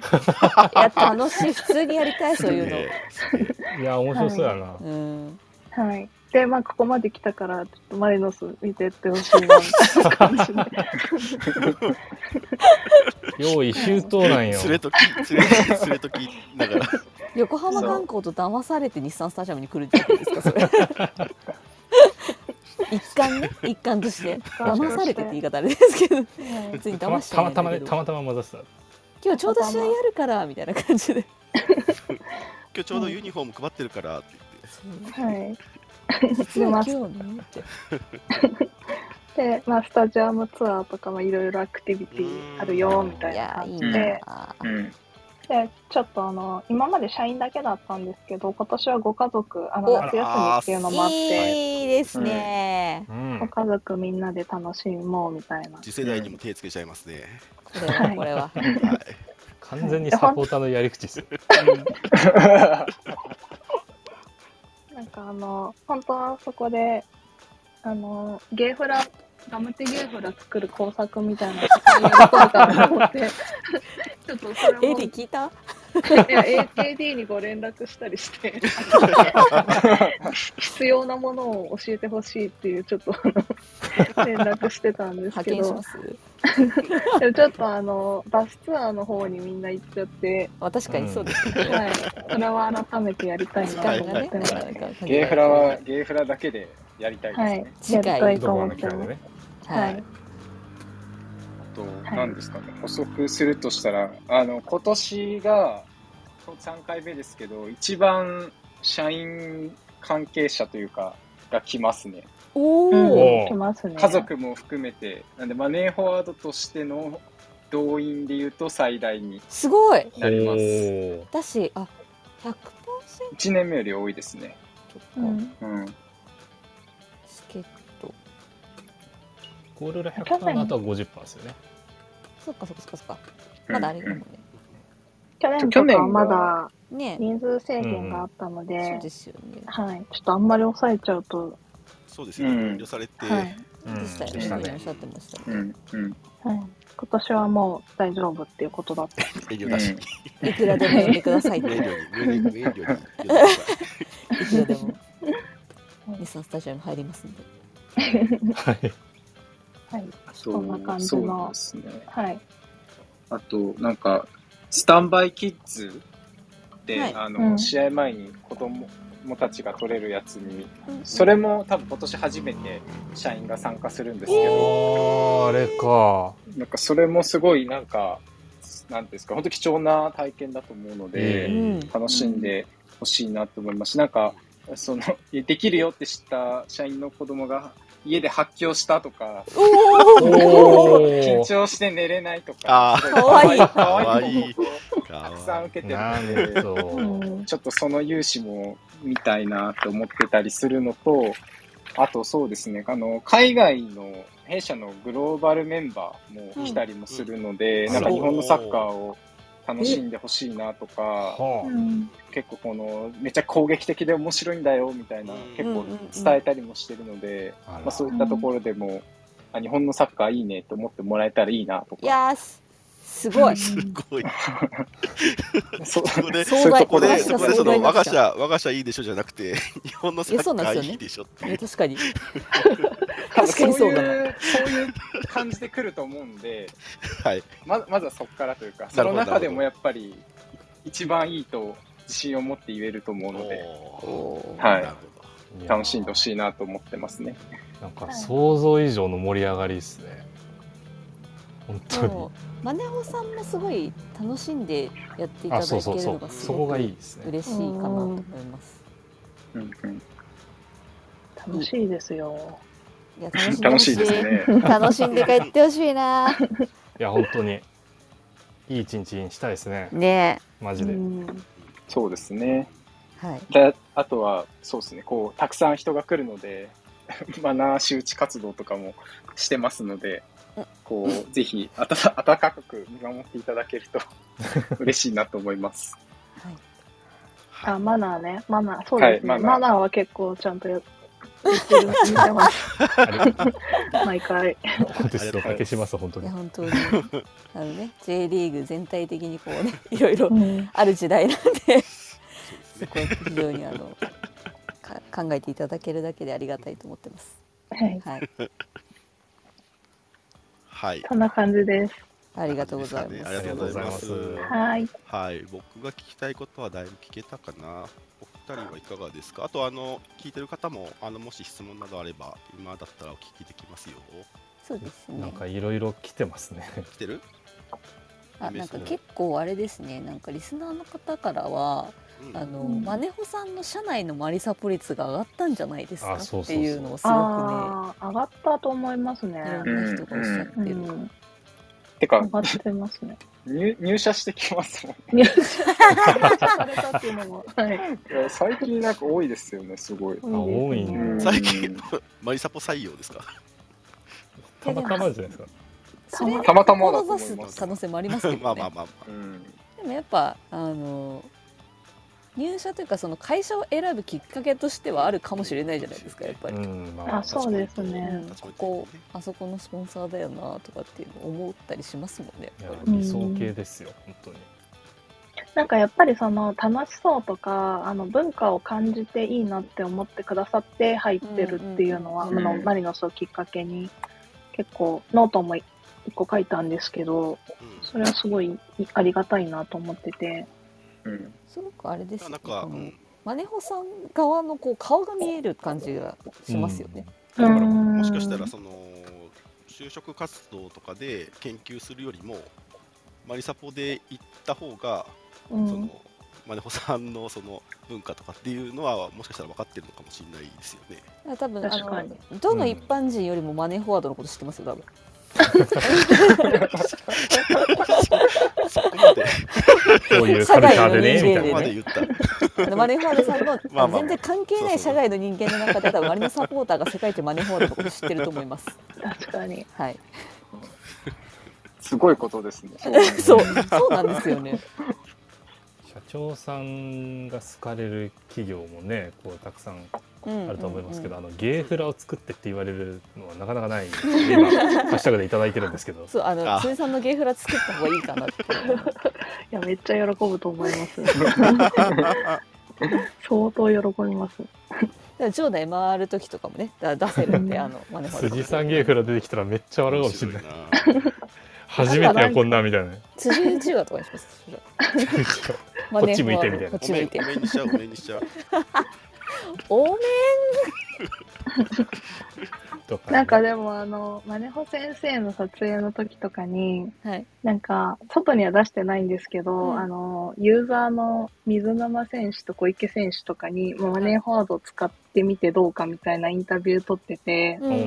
S5: いや楽しい普通にやりたいそういうの。
S4: いや面白そうやな。
S5: うん。
S6: はい。で、まあ、ここまで来たから、ちょっとマリノス見てってほしいな、みたいな感じで。 (laughs)
S4: 用意周到なんよ。
S3: すれときすれときすれときながら
S5: 横浜観光と騙されて日産スタジアムに来るんじゃないですかそれ。一貫ね一貫として騙されてって言い方あれですけど
S6: はい
S5: 別に
S4: たま
S5: 騙してないん
S4: た
S5: だ
S4: ま
S5: け
S4: ね
S5: ど
S4: たまたま混ざってた。
S5: 今日ちょうど試合やるからみたいな感じで
S3: 今日ちょうどユニフォーム配ってるからって
S6: はい。
S5: 実は今日ねって
S6: で、まあ、スタジアムツアーとか、まあ、いろいろアクティビティあるよ、みた
S5: い
S6: いな
S5: やい
S6: 感
S5: い
S6: じ
S5: な
S6: で。
S5: あ
S7: うん。
S6: で、ちょっとあの、今まで社員だけだったんですけど、今年はご家族、あの、
S5: お
S6: 夏休みっていうのもあって、
S5: いいですね
S4: うん
S6: ご。家族みんなで楽しもうみたいな。
S3: 次世代にも手つけちゃいますね
S5: これはこれは
S3: はい
S4: 完全にサポーターのやり口ですよ。
S6: なんかあの、本当はそこで、あの、ゲーフラ、ガムテゲーフラ作る工作みたいなのをやったかと
S5: (laughs)
S6: 思って、ちょっとそれも、
S5: エディ聞いた
S6: (laughs) いや AD にご連絡したりして、必要なものを教えてほしいっていう、ちょっとあの連絡してたんです
S5: 派
S6: け
S5: 遣し
S6: ど
S5: ま、す
S6: でもちょっとあの、バスツアーの方にみんな行っちゃって、
S5: まあ確かにそうですね
S6: はい、それは改めてやりたい
S5: 時
S6: なと
S5: 間
S6: 思
S5: が
S6: っ
S5: ね
S6: てます。
S7: ゲーフラは、ゲーフラだけでやりたいです
S6: はい
S7: ね。、
S5: 次
S6: やり
S5: 回
S6: たい
S4: ど
S6: と
S4: こ
S6: 思
S4: の
S6: ってま
S4: 機会
S6: す
S4: で。ね。
S5: は
S6: はい
S5: い
S7: あと、
S6: い
S7: 何ですかね、補足するとしたら、あの、今年が、3回目ですけど、一番社員関係者というか、が来ますね。
S5: お
S4: お
S5: お
S6: うん、来ますね。
S7: 家族も含めて、なんで、マネーフォワードとしての動員で言うと最大に
S5: すごい
S7: なります。
S4: お
S5: 私あ100%
S7: 1年目より多いですね。
S5: とか、
S6: うん
S7: うん。
S5: チケット
S4: ゴールラ100%の後は50%ですよね。
S5: そっかそっかそっかそっかまだあれかもね、
S6: 去年とかはま
S7: 去年
S6: だ
S5: ね
S6: 人数制限があったので、
S5: そうですよね。
S6: はい、ちょっとあんまり抑えちゃうと、
S3: そうですよね、
S7: うん
S3: 遠慮されて、
S6: はい
S4: うん
S5: でしたよ
S4: で
S5: ね。
S4: した
S5: お
S4: ね
S5: っしゃってました。
S7: うんうん
S6: はい、今年はもう大丈夫っていうことだった
S3: 遠慮だし、
S5: いくらでも呼んでくださいっ
S3: 明
S5: て。い
S3: 瞭に、明瞭に、明瞭に言ってください。
S5: くらでも。日産スタジアム入りますんで。
S4: はい。
S6: はい、
S7: そ
S6: そんな感じの
S7: そうですね
S6: はい、
S7: あとなんかスタンバイキッズで、
S5: はい
S7: あの
S6: うん
S7: 試合前に子供もたちが取れるやつに
S5: うん
S7: それも多分今年初めて社員が参加するんですけど、
S4: おーあれか。
S7: なんかそれもすごいなんかなんていうんですか本当貴重な体験だと思うので、
S4: え
S5: うん。
S7: 楽しんでほしいなと思いますしなんかその (laughs) できるよって知った社員の子供が家で発狂したとか
S4: お
S7: 緊
S4: ー
S7: 張して寝れないと
S3: あー
S7: かすご
S5: か
S7: 可
S3: わいい
S7: 愛い報告を
S3: か
S7: たくさん
S3: わ
S7: 受けて
S4: な
S7: るの
S4: ん
S7: で。
S6: う
S4: と。
S6: ん、
S7: ちょっとその融資も見たいなと思ってたりするのと、あとそうですね、あの、海外の弊社のグローバルメンバーも来たりもするので、
S3: うん
S7: なんか日本のサッカーを楽しんでほしいなとか、
S4: はあ
S6: うん
S7: 結構この、めっちゃ攻撃的で面白いんだよみたいな
S3: うん、
S7: 結構伝えたりもしてるので、
S4: あ
S7: まあ
S4: ら
S7: そういったところでも、あ日本のサッカーいいねと思ってもらえたらいいなと
S5: い
S7: か、
S5: やーすすごい。
S3: すごい。
S7: (laughs) そう
S3: そこで、
S5: 壮
S3: そ
S5: 大
S3: こで、
S5: 話
S3: そ
S5: が
S3: こで、そ
S5: 壮大
S3: の、
S5: にな
S3: 我
S5: っちゃ
S3: が
S5: う
S3: 社、我が社いいでしょじゃなくて、 (laughs) 日本のサ
S5: いやそう
S3: ッ
S5: な
S3: カ
S5: んです
S3: ーい
S5: よね
S3: いでしょって
S5: い
S3: いう
S5: や。確かに。
S7: 多分
S5: 確かに
S7: そう
S5: そうだ
S7: いう、そういう感じで来ると思うんで、
S3: はい。
S7: ままずはそこからというか、
S3: な
S7: そ
S3: る
S7: の
S3: ほど
S7: 中でもやっぱり、一番いいと自信を持って言えると思うので、
S3: おー
S5: おー
S7: はい
S3: なるほど。
S7: 楽しんでほしいなと思ってますね。
S4: なんか想像以上の盛り上がりですね。本当に
S5: も。うマネホさんもすごい楽しんでやっていた
S4: あ、
S5: だけ
S4: そう
S5: る
S4: そうそ
S5: の
S4: う
S5: が。す
S4: そこ
S5: ご
S4: が
S5: く
S4: いいですね。
S5: 嬉しいかなと思い
S3: (laughs)
S5: ます。
S7: うんうん
S6: 楽しいですよ。
S5: いや楽しんでほしい
S7: (laughs) 楽しいですね。
S5: 楽しんで帰ってほし
S3: (laughs)
S5: いな。
S4: いや、本当に。いい一日にしたいですね。
S5: ね
S4: マジ
S6: う
S4: で。
S6: ん、
S7: そうですね。
S5: え。はい。
S7: であとは、そうですね、こう、たくさん人が来るので、 (laughs) マナー周知活動とかもしてますので、こう、ぜひ、あた温かく見守っていただける
S3: (laughs)
S7: と嬉しいなと思います。
S5: はい。
S6: あ、マナーね、マナー、そうですね、
S7: はいマナー
S6: マナーは結構ちゃんとやってる、見てます、
S4: ありがとう
S6: 毎回。
S4: 本当です。おかけします、本当
S5: い
S4: に
S5: や。本当にあの
S3: (laughs)
S5: ね J リーグ全体的にこうねいろいろ
S6: うん
S5: ある時代なんで
S3: そうです
S5: そ
S3: ね。
S5: こは非常にあのか考えていただけるだけでありがたいと思ってます。
S6: はい、
S5: はい、
S3: はい。
S6: そんな感じです。
S5: ありがとうござい
S3: です
S5: ま
S3: かね
S5: す。
S3: ありがとうございます
S4: ありがとうござい。ま
S6: はい、
S3: はい、僕が聞きたいことはだいぶ聞けたかな。お二人はいかがですかあと、あの、聞いてる方も、あの、もし質問などあれば、今だったらお聞きできますよ。
S5: そうです
S4: なん
S5: ね。
S4: かいろいろ来てますね。
S3: 来てる
S5: あなんか結構あれですね。なんかリスナーの方からは
S3: うん。
S5: あの、
S6: うん
S5: マネホさんの社内のマリサポ率が上がったんじゃないですか
S4: あそう
S5: っ
S4: そ
S5: て
S4: うそう
S5: いうのをすごくね
S6: ああ、上がったと思いますね。
S5: いろんな人がおっしゃって
S6: う
S5: る。
S6: ん、
S7: てか
S6: 上、がってますね。
S7: 入入社してきますもん
S6: 入社されたっていうのも、はい。
S7: いや最近なんか多いですよね、すごい。
S4: あ多い
S7: うん
S4: ね。
S3: 最近、 (laughs) マリサポ採用ですか
S4: たまたまじゃないですか。
S5: それ
S7: たまたまだと思
S5: 志
S7: い
S5: す
S7: ます
S5: 可能性もありますけど
S3: (laughs)
S5: ね。
S3: まあまあまあまあ。
S7: うん、
S5: (laughs) でもやっぱあの入社というかその会社を選ぶきっかけとしてはあるかもしれないじゃないですかやっぱ
S4: う
S5: り、
S4: ん、まあ
S6: あ、そうです
S5: う
S6: ね。
S5: ん
S3: 確か
S5: こ
S3: に
S5: こあそこのスポンサーだよなとかっていうの思ったりしますもんね
S4: い
S5: や
S4: や
S5: っぱり
S4: 理想系ですよ、本当に。
S6: なんかやっぱりその楽しそうとか、あの文化を感じていいなって思ってくださって入ってるっていうのは、
S5: うんうんうん
S6: あのマリノスをきっかけに、結構ノートも一個書いたんですけど、
S3: うん
S6: それはすごいありがたいなと思ってて、
S7: うん、
S5: すごくあれですよ
S3: な
S5: ね
S3: んか、
S5: こ
S3: う
S5: の
S3: ん、
S5: マネホさん側のこう顔が見える感じがしますよね、
S3: だから
S6: うん
S3: もしかしたらその就職活動とかで研究するよりもマリサポで行った方が、
S6: う
S3: そ
S6: ん
S3: のマネホさんのその文化とかっていうのはもしかしたら分かってるのかもしれないですよね。
S5: だから多分あ
S6: 確かに
S5: のどの一般人よりもマネフォワードのこと知ってますよ多分
S3: そこまで
S4: こういうカルチャーでね、みた
S5: 社
S3: そこ
S5: 外
S4: い
S5: の
S3: まで
S4: なね。
S5: 人間
S3: 言った。
S5: あのマネフォワー
S4: (laughs)
S5: ドさんの
S3: まあまあまあ
S5: 全然関係ない社外の人間の中で多分マリノサポーターが世界一マネフォワードのこと知ってると思います
S6: 確かに。
S5: はい
S7: すごいことですね。
S4: (laughs)
S5: そう、そうなんですよね。
S4: 協賛が好かれる企業もねこうたくさん
S5: うん
S4: あると思いますけど、
S5: うんう
S4: あ
S5: ん
S4: のゲーフラを作ってって言われるのはなかなかないんで今ハッシュタグでいただいてるんですけど
S5: (laughs) そうあの
S3: あ
S5: 辻さんのゲーフラ作った方がいいかなっ
S4: (laughs)
S5: て
S6: いや、めっちゃ喜ぶと思います。 (laughs) 相当喜びます。
S5: でも場内回る時とかもねだ出せ
S4: (laughs)
S5: るんであのマネファルコ
S4: 辻さんゲーフラ出てきたらめっちゃ笑うかもしれない
S3: 面
S4: 初めてよこんなみたいな
S5: 辻内輪とかにしますそれ
S4: こっち向いてみたいな
S5: こっち
S3: 白
S5: 向
S3: い
S5: い
S3: な
S5: て
S3: おめんおめんにしちゃうおめんにしちゃう
S5: おめ
S4: とか
S6: なんかでも、あの、マネホ先生の撮影の時とかに、
S5: はい
S6: なんか、外には出してないんですけど、
S5: うん
S6: あの、ユーザーの水沼選手と小池選手とかに、もうマネーフォワードを使ってみてどうかみたいなインタビュー撮ってて、
S5: うんうん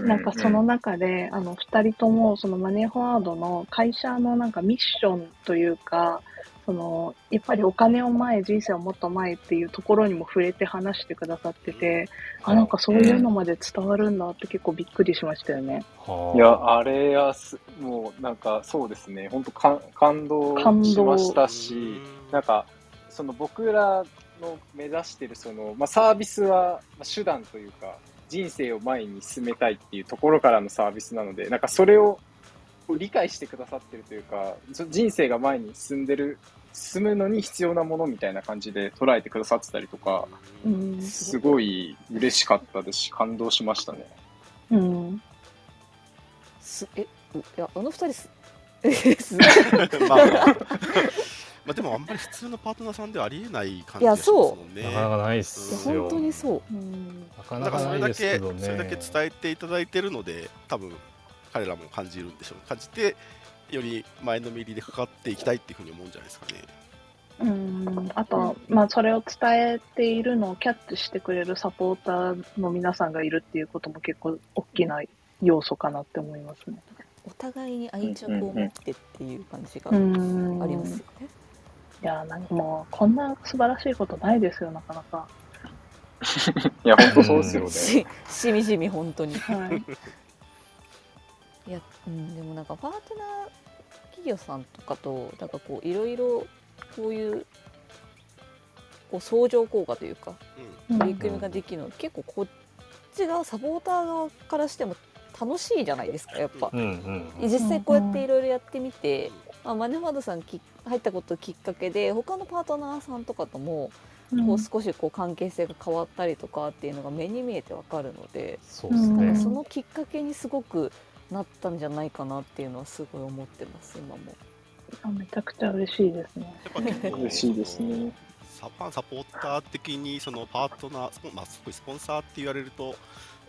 S5: うん
S7: ん
S6: なんかその中で、あの、二人とも、そのマネーフォワードの会社のなんかミッションというか、その、やっぱりお金を前、人生をもっと前っていうところにも触れて話してくださってて、あ、なんかそういうのまで伝わるんだって結構びっくりしましたよね。
S4: はい
S7: や、あれはす、もうなんかそうですね、本当感感動
S6: 感動
S7: しました
S3: う
S7: し、
S3: ん (laughs)
S7: なんか、その僕らの目指してるその、まあ、サービスはまあ手段というか、人生を前に進めたいっていうところからのサービスなので、なんかそれをこう理解してくださってるというか、そ人生が前に進んでる、進むのに必要なものみたいな感じで捉えてくださってたりとか、
S6: うん。
S7: すごい嬉しかったですし、感動しましたね。
S6: うん。
S5: すえういやあの二人す (laughs) す
S3: まあまあ、まあでもあんまり普通のパートナーさんではありえない感じがしますもんね。
S4: なかなかないっすよ
S5: 本当にそう
S6: うん
S4: な
S3: だ
S4: かな
S3: から
S4: か
S3: そ
S4: な
S3: れ
S4: い
S3: だ
S4: です
S3: け
S4: けどね
S3: それだけ伝えていただいてるので、多分彼らも感じるんでしょう。感じて、より前のめりでかかっていきたいっていうふうに思うんじゃないですかね。
S6: うん、あと、まあ、それを伝えているのをキャッチしてくれるサポーターの皆さんがいるっていうことも結構大きな要素かなって思いますね。
S5: お互いに愛着を持ってっていう感じが
S6: うん。
S5: ありますよね
S6: いや、なんかもう、こんな素晴らしいことないですよ、なかなか。
S7: いや、本当そうですよね。
S5: ししみじみ本当に
S6: はい。
S5: いや、うん、でもなんかパートナー企業さんとかとなんかこういろいろこういうこう相乗効果というか
S6: うん
S5: 取り組みができるの、結構こっち側サポーター側からしても楽しいじゃないですかやっぱ
S4: う。んうんうん
S5: 実際こうやっていろいろやってみて、まあ、マネファードさんき入ったこときっかけで他のパートナーさんとかともこう少しこう関係性が変わったりとかっていうのが目に見えてわかるので、
S4: そうですね、
S6: うん
S5: そのきっかけにすごくなったんじゃないかなっていうのはすごい思ってます今も。
S6: うんめちゃくちゃ嬉しいですね。
S3: やっぱ結構
S7: 嬉しいですね。
S3: サファンサポーター的にそのパートナースポン、まあ、すごいスポンサーって言われると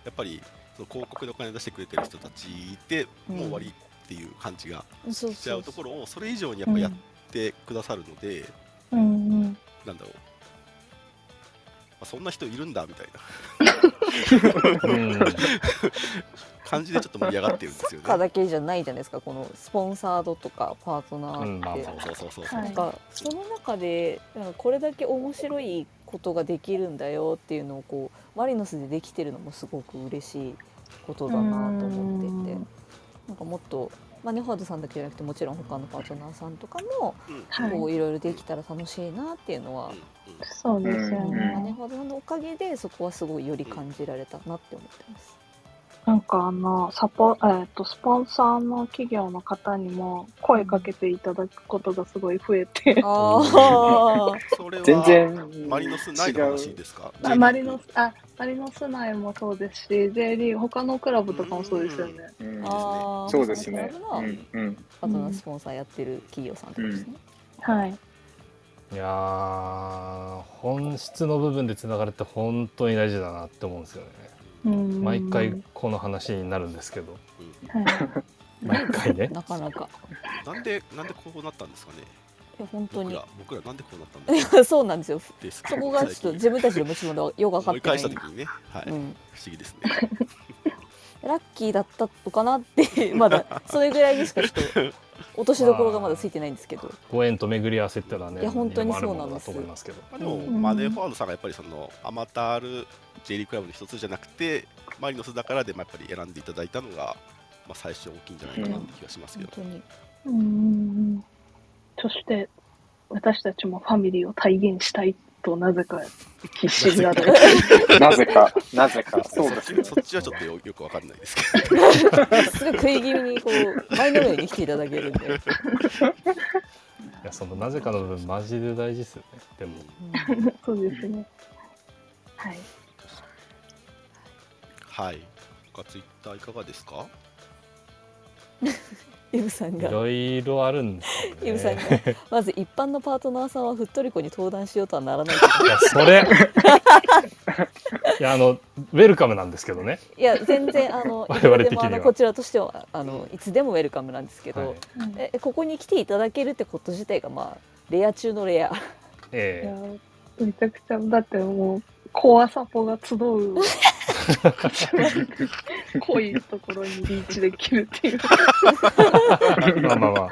S3: やっぱりその広告でお金出してくれてる人たちで
S5: うん
S3: もう終わりっていう感じが
S5: そう
S3: しちゃうとこ
S5: ろ
S3: ろをそれ以上にやっぱやってくださるので、
S6: うんうん。
S3: なんだろう、まあ、そんな人いるんだみたいな (laughs)
S4: うん
S3: 感じでちょっと盛り上がってるんですよね。
S5: (laughs) だけじゃないじゃないですかこのスポンサードとかパートナ
S4: うんまあ
S5: ーって。
S4: まあ
S3: そうそうそうそう、
S6: は
S5: ないんかその中でなんかこれだけ面白いことができるんだよっていうのをこうマリノスでできてるのもすごく嬉しいことだなと思っていて
S6: うん
S5: なんかもっとマネファードさんだけじゃなくてもちろん他のパートナーさんとかも
S3: うん
S6: はい
S5: こういろいろできたら楽しいなっていうのは、
S3: うんうん
S6: そうですよ
S7: うん
S5: マ
S6: ね
S5: ネ。ファードさんのおかげでそこはすごいより感じられたなって思って
S6: (laughs)
S5: ます。
S6: なんかあの、サポ、えーっと、スポンサーの企業の方にも声かけていただくことがすごい増えて、
S5: あ
S3: それは
S7: 全然
S3: マリノス内の話ですか
S6: (laughs) あマリノス、あ、マリノス内もそうですし、J リーグ、他のクラブとかもそうですよね。
S7: うん
S5: あー
S7: そうですね。
S5: パー
S7: うんうん
S5: トナースポンサーやってる企業さんってことですね。
S6: はい。
S4: いやー本質の部分でつながるって本当に大事だなって思うんですよね
S6: うん
S4: 毎回この話になるんですけど
S6: はい。
S4: 毎回
S5: (laughs)
S4: ね
S5: なかなか。
S3: なんでなんでこうなったんですかね
S5: いや本当
S3: 僕
S5: に
S3: ら僕らなんでこうなったんですか
S5: (laughs) そうなんですよ。
S3: です
S5: そこがちょっと自分たちでもちろんよく分
S3: 思
S5: かっ
S3: い
S5: て
S3: 返
S5: ない
S3: した時にね、はい、
S5: う
S3: 不思
S5: ん、
S3: 議ですね。
S5: ラッキーだったのかなって (laughs) まだそれぐらいにしかちょっと落としどころがまだついてないんですけど
S4: ご縁と巡り合わせってのはね
S5: いや本当にそう
S4: も
S5: な
S4: の
S5: ん
S4: だ
S5: で
S4: と
S5: す
S4: 思いますけど
S3: まあ、でも、
S6: うん
S3: マネーフォワードさんがやっぱりそのアマタール J リーグクラブの一つじゃなくて、マリノスだからでもやっぱり選んでいただいたのが、まあ、最初大きいんじゃないかなって気がしますけ
S5: 本
S3: ど、
S5: 当に
S6: うん。そして、私たちもファミリーを体現したいとなぜか必死になる。
S7: なぜか、なぜか、そうですね。
S3: そっちはちょっとよよくわかんないです
S7: (laughs)
S3: けど。
S5: すごい食い気味にこう前のめりに来ていただけるんで、
S4: いやそのなぜかの部分マジで大事ですよねでも
S6: (laughs) そうですね。 (laughs) はい。
S3: はい。他ツイッターいかがですか
S5: イブさん
S4: い
S5: が
S4: ろいろあるんですよね
S5: イブさんがまず一般のパートナーさんはふっとりこに登壇しようとはならない
S4: いやそれいやあのウェルカムなんですけどね、
S5: いや全然あのい
S4: 我
S5: くら
S4: 々
S5: で
S4: 的に
S5: も
S4: は
S5: あのこちらとしてはあのいつでもウェルカムなんですけど、
S4: はい
S6: うん
S5: えここに来ていただけるってこと自体がまあレア中のレア
S6: いや
S4: え
S6: めちゃくちゃ、だってもう、怖さぽが集 (laughs) う。濃いところにリーチできるっていう。
S4: えまあまあまあ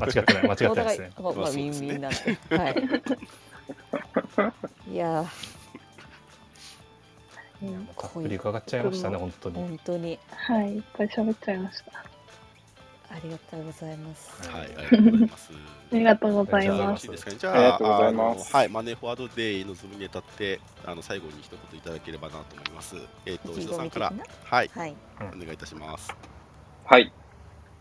S4: 間違ってない間違
S5: お
S4: ってないで
S5: 互い
S4: すね
S5: ま
S3: ま
S5: あ、ま
S3: あ
S5: あ、
S3: そう
S5: ウィ
S3: です
S5: ンウ
S3: ね
S5: ィンなんで、はい、いや
S6: うん
S4: たっぷり伺っちゃいましたね本当
S5: ー
S4: に、
S5: 本当に
S6: はい、いっぱい喋っちゃいました。あ
S5: ありがとうございます
S3: はい、ありがとうございます。
S6: りがとうござい
S3: じゃあよ
S6: ま
S3: ろ
S6: す。
S3: しいですかね。じゃあ
S7: ありがとうございます
S3: あのはい、マネーフォワードデイのズームに当たって、あの最後に一言いただければなと思います。えっ、と
S5: 意気
S3: 石田
S5: 込
S3: さん
S5: み
S3: か
S5: 的
S3: ら
S5: な、
S3: はい、
S5: はい
S3: お願いいたします。
S7: はい。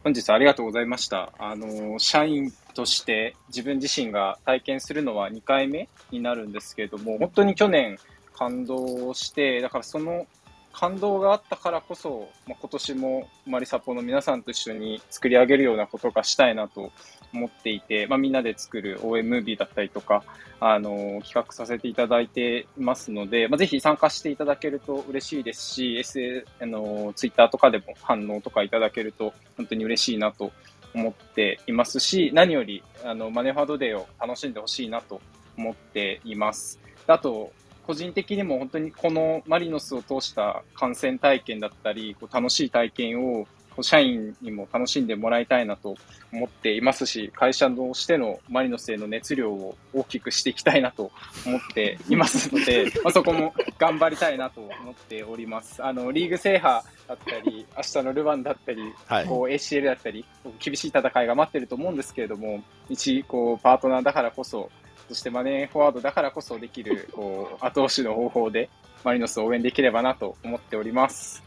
S7: 本日ありがとうございました。あの、社員として自分自身が体験するのは2回目になるんですけれども、本当に去年感動して、だからその感動があったからこそ、まあ、今年もマリサポの皆さんと一緒に作り上げるようなことがしたいなと思っていて、まあ、みんなで作る応援ムービーだったりとか、あの、企画させていただいていますので、まあ、ぜひ参加していただけると嬉しいですし、S、あの、ツイッターとかでも反応とかいただけると本当に嬉しいなと思っていますし、何より、あの、マネファードデーを楽しんでほしいなと思っています。であと、個人的にも本当にこのマリノスを通した観戦体験だったり、こう楽しい体験をこう社員にも楽しんでもらいたいなと思っていますし、会社としてのマリノスへの熱量を大きくしていきたいなと思っています
S3: (laughs)
S7: ので、まあ、そこも頑張りたいなと思っております。あの、リーグ制覇だったり、明日のルヴァンだったり、
S3: はい、
S7: こう ACL だったり、こう厳しい戦いが待ってると思うんですけれども、一こうパートナーだからこそ、そしてマネーフォワードだからこそできるこう後押しの方法で、マリノスを応援できればなと思っております。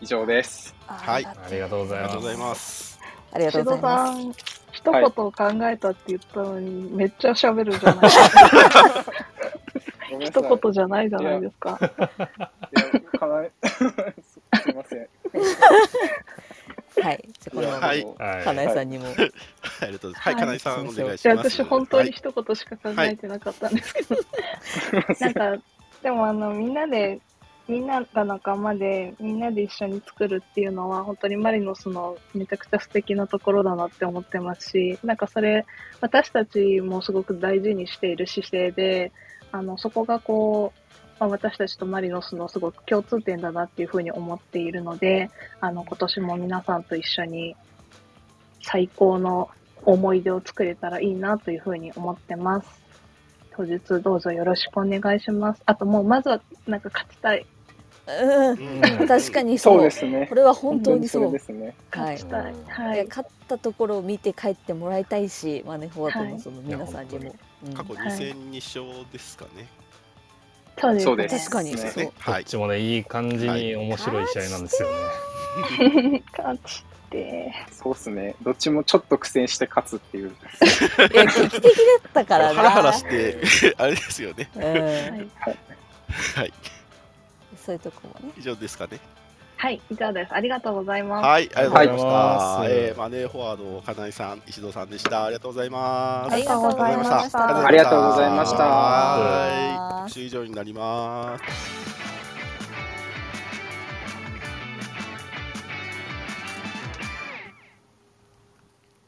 S7: 以上です。
S3: はい
S4: ありがとうござ
S3: あ
S4: い
S3: りがとう
S4: ま
S3: ござい
S4: す
S3: ます。
S5: ありがとう
S6: シ
S5: ござ
S6: ド
S5: いま
S6: さ
S5: す
S6: ん、一言考えたって言ったのに、めっちゃ喋るじゃないですか。
S7: ごめんなさい
S6: 一言じゃないじゃないですか。
S7: いやかなえす (laughs) すいません。
S5: はいじゃあこ
S7: い
S5: の
S7: や
S5: ま
S3: は
S5: ま
S3: い
S4: はい
S5: かなえさんにも
S3: はい、ありがとうございます。はい、
S6: はい
S3: 金井さんお願い
S6: い
S3: し
S6: や
S3: ます。
S6: 私本当に
S3: はい
S6: 一言しか考えてなかったんです
S3: (laughs)
S6: けど、なんかでもあのみんなでみんなが仲間でみんなで一緒に作るっていうのは本当にマリノスのめちゃくちゃ素敵なところだなって思ってますしなんかそれ私たちもすごく大事にしている姿勢であのそこがこう、まあ私たちとマリノスのすごく共通点だなっていうふうに思っているのであの今年も皆さんと一緒に最高の思い出を作れたらいいなというふうに思ってます。当日どうぞよろしくお願いします。あともうまずはなんか勝ちたい。
S5: うん
S4: うん
S5: 確かに
S7: そう
S5: そう
S7: ですね
S5: こ。れは本当に
S7: そ
S5: そ
S7: れ
S5: う
S7: ですね。
S5: は
S6: 勝
S5: い
S6: ちたい。
S4: うん
S6: はい
S5: や
S6: い。
S5: 勝ったところを見て帰ってもらいたいしマネフォワード
S6: は
S5: の
S6: い
S5: その皆さんにも、うん
S3: 過去
S6: はい
S3: 2戦2勝ですかね。
S6: そうです、ね。
S7: そうで
S5: 確
S7: す
S5: かに
S7: ね
S5: そう
S4: こ
S3: は
S4: っ
S3: い。
S4: ちもねいい感じに面白い試合なんですよね、
S6: (laughs) 勝ちて。
S7: そうですね。どっちもちょっと苦戦して勝つっていう。
S5: いや劇的だったか
S3: ハ
S5: ら
S3: ラ
S5: (laughs) な
S3: ハラして、 (laughs) あれですよね。
S5: う
S6: は
S5: ん
S6: い。
S3: はい、
S5: そういうとこもね
S3: 以上ですかね。
S6: はい。以上です。ありがとうございます。
S3: はい、ありがとうございま
S4: は
S3: し
S4: い
S3: た。えーマネーフォワード金井さん、石戸さんでした。ありがとうございます。
S5: ありがとうございました
S3: あ
S7: りがとうございました
S3: はい。特集以上になります。